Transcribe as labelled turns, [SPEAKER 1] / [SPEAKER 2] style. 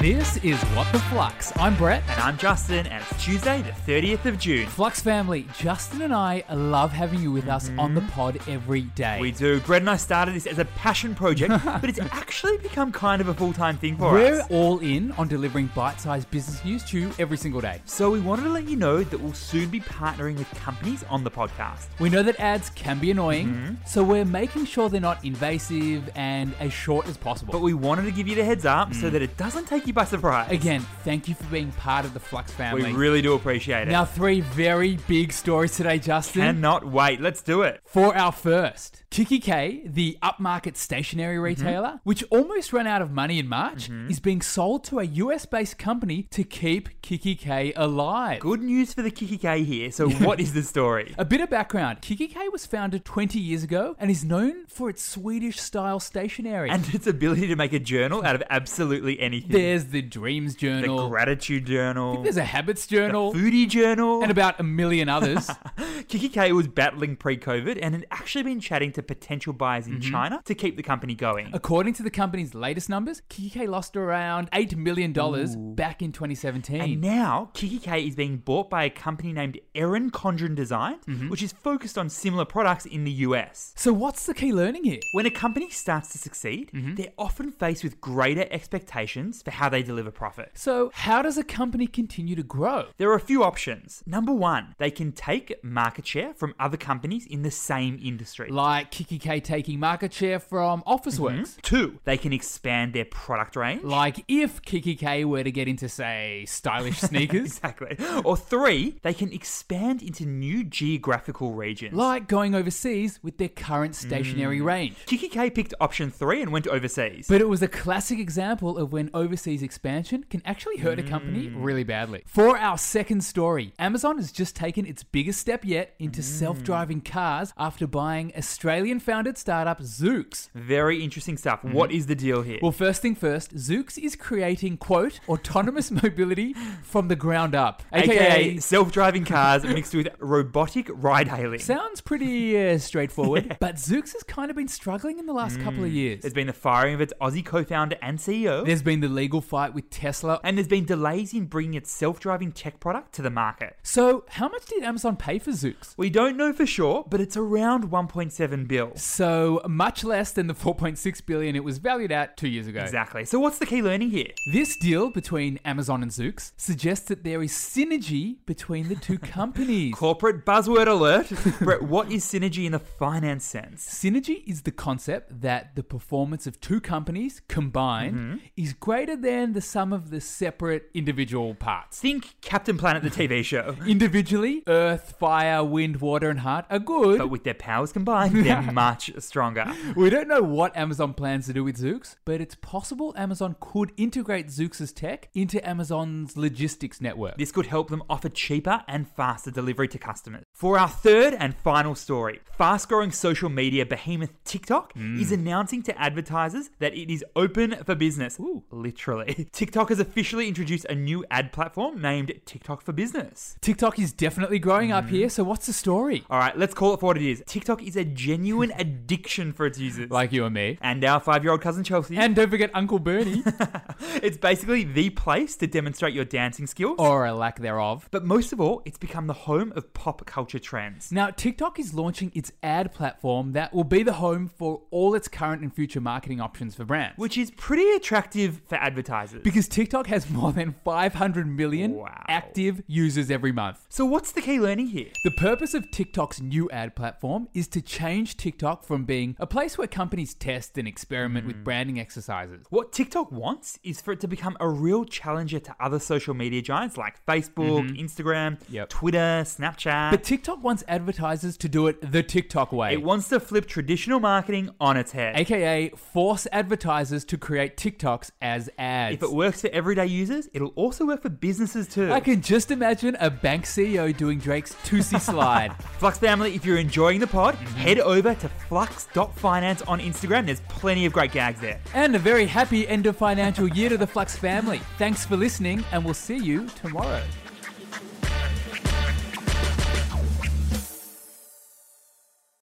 [SPEAKER 1] This is What the Flux. I'm Brett.
[SPEAKER 2] And I'm Justin, and it's Tuesday, the 30th of June.
[SPEAKER 1] Flux family, Justin and I love having you with us on the pod every day.
[SPEAKER 2] Mm-hmm. We do. Brett and I started this as a passion project, but it's actually become kind of a full time thing for
[SPEAKER 1] We're
[SPEAKER 2] us.
[SPEAKER 1] all in on delivering bite sized business news to you every single day.
[SPEAKER 2] So we wanted to let you know that we'll soon be partnering with companies on the podcast.
[SPEAKER 1] We know that ads can be annoying,
[SPEAKER 2] Mm-hmm.
[SPEAKER 1] so we're making sure they're not invasive and as short as possible.
[SPEAKER 2] But we wanted to give you the heads up so that it doesn't take you by surprise.
[SPEAKER 1] Hmm. Again, thank you for being part of the Flux family.
[SPEAKER 2] we really do appreciate it.
[SPEAKER 1] now, three very big stories today, Justin.
[SPEAKER 2] Cannot wait. Let's do it.
[SPEAKER 1] For our first, Kiki K, the upmarket stationery
[SPEAKER 2] Mm-hmm.
[SPEAKER 1] retailer, which almost ran out of money in March, is being sold to a US based company to keep Kiki K alive.
[SPEAKER 2] Good news for the Kiki K here. So, what is the story?
[SPEAKER 1] A bit of background Kiki K was founded 20 years ago and is known for its Swedish style stationery.
[SPEAKER 2] And its ability to make a journal out of absolutely anything.
[SPEAKER 1] there's the Dreams
[SPEAKER 2] the
[SPEAKER 1] Journal,
[SPEAKER 2] gratitude journal,
[SPEAKER 1] there's a Habits
[SPEAKER 2] the
[SPEAKER 1] Journal,
[SPEAKER 2] foodie journal,
[SPEAKER 1] and about a million others.
[SPEAKER 2] Kiki K was battling pre COVID and had actually been chatting to potential buyers in China to keep the company going.
[SPEAKER 1] According to the company's latest numbers, Kiki K lost around $8 million back in 2017.
[SPEAKER 2] And now Kiki K is being bought by a company named Erin Condren Design, which is focused on similar products in the US.
[SPEAKER 1] so, what's the key learning here?
[SPEAKER 2] When a company starts to succeed, they're often faced with greater expectations for how they deliver profit.
[SPEAKER 1] So, how does a company continue to grow?
[SPEAKER 2] There are a few options. Number one, they can take market share from other companies in the same industry.
[SPEAKER 1] Like Kiki K taking market share from
[SPEAKER 2] Mm-hmm.
[SPEAKER 1] Officeworks.
[SPEAKER 2] Hmm? Two, they can expand their product range.
[SPEAKER 1] Like if Kiki K were to get into, say, stylish sneakers.
[SPEAKER 2] Exactly. Or three, they can expand into new geographical regions.
[SPEAKER 1] like going overseas with their current stationary range.
[SPEAKER 2] Kiki K picked option three and went overseas.
[SPEAKER 1] But it was a classic example of when overseas expansion can actually hurt a company really badly. For our second story, Amazon has just taken its biggest step yet into self driving cars after buying Australian founded startup Zoox.
[SPEAKER 2] Very interesting stuff. What is the deal here?
[SPEAKER 1] Mm-hmm. Well, first thing first, Zoox is creating, quote, autonomous mobility from the ground up.
[SPEAKER 2] AKA, self-driving cars mixed with robotic ride hailing.
[SPEAKER 1] sounds pretty uh, straightforward, but Zoox has kind of been struggling in the last couple of years.
[SPEAKER 2] There's been the firing of its Aussie co-founder and CEO,
[SPEAKER 1] There's been the legal fight with Tesla.
[SPEAKER 2] and there's been delays in bringing its self-driving tech product to the market.
[SPEAKER 1] So, how much did Amazon pay for Zoox?
[SPEAKER 2] We don't know for sure, but it's around 1.7 bill.
[SPEAKER 1] So, much less than the 4.6 billion it was valued at 2 years ago.
[SPEAKER 2] Exactly. So what's the key learning here?
[SPEAKER 1] This deal between Amazon and Zoox suggests that there is synergy between the two companies.
[SPEAKER 2] Corporate buzzword alert. Brett, what is synergy in the finance sense?
[SPEAKER 1] Synergy is the concept that the performance of two companies combined is greater than the sum of the separate individual parts.
[SPEAKER 2] Think Captain Planet the TV show.
[SPEAKER 1] Individually, earth, fire, wind, water, and heart are good.
[SPEAKER 2] But with their powers combined, they're much stronger.
[SPEAKER 1] we don't know what Amazon plans to do with Zoox, but it's possible Amazon could integrate Zoox's tech into Amazon's logistics network.
[SPEAKER 2] This could help them offer cheaper and faster delivery to customers. For our third and final story, fast growing social media behemoth TikTok is announcing to advertisers that it is open for business. Ooh, literally. TikTok has officially introduced a new ad platform named TikTok for Business.
[SPEAKER 1] TikTok is definitely growing up here, so what's the story?
[SPEAKER 2] All right, let's call it for what it is. TikTok is a genuine addiction for its users.
[SPEAKER 1] Like you and me.
[SPEAKER 2] and our five-year-old cousin Chelsea.
[SPEAKER 1] And don't forget Uncle Bernie,
[SPEAKER 2] it's basically the place to demonstrate your dancing skills.
[SPEAKER 1] or a lack thereof.
[SPEAKER 2] but most of all, it's become the home of pop culture trends.
[SPEAKER 1] Now, TikTok is launching its ad platform that will be the home for all its current and future marketing options for brands.
[SPEAKER 2] Which is pretty attractive for advertisers.
[SPEAKER 1] because TikTok has more than 500 million
[SPEAKER 2] Wow.
[SPEAKER 1] active users every month.
[SPEAKER 2] so what's the key learning here?
[SPEAKER 1] The purpose of TikTok's new ad platform is to change TikTok from being a place where companies test and experiment
[SPEAKER 2] Hmm.
[SPEAKER 1] with branding exercises.
[SPEAKER 2] What TikTok wants is for it to become a real challenger to other social media giants like Facebook, Instagram,
[SPEAKER 1] Mm-hmm. Yep.
[SPEAKER 2] Twitter, Snapchat.
[SPEAKER 1] But TikTok wants advertisers to do it the TikTok way.
[SPEAKER 2] it wants to flip traditional marketing on its head.
[SPEAKER 1] AKA force advertisers to create TikToks as ads.
[SPEAKER 2] If it works for everyday users, it'll also work for businesses too.
[SPEAKER 1] I can just imagine a bank CEO doing Drake's 2C slide.
[SPEAKER 2] Flux family, if you're enjoying the pod, head over to flux.finance on Instagram. There's plenty of great gags there.
[SPEAKER 1] and a very happy end of financial year to the Flux family. Thanks for listening, and we'll see you tomorrow.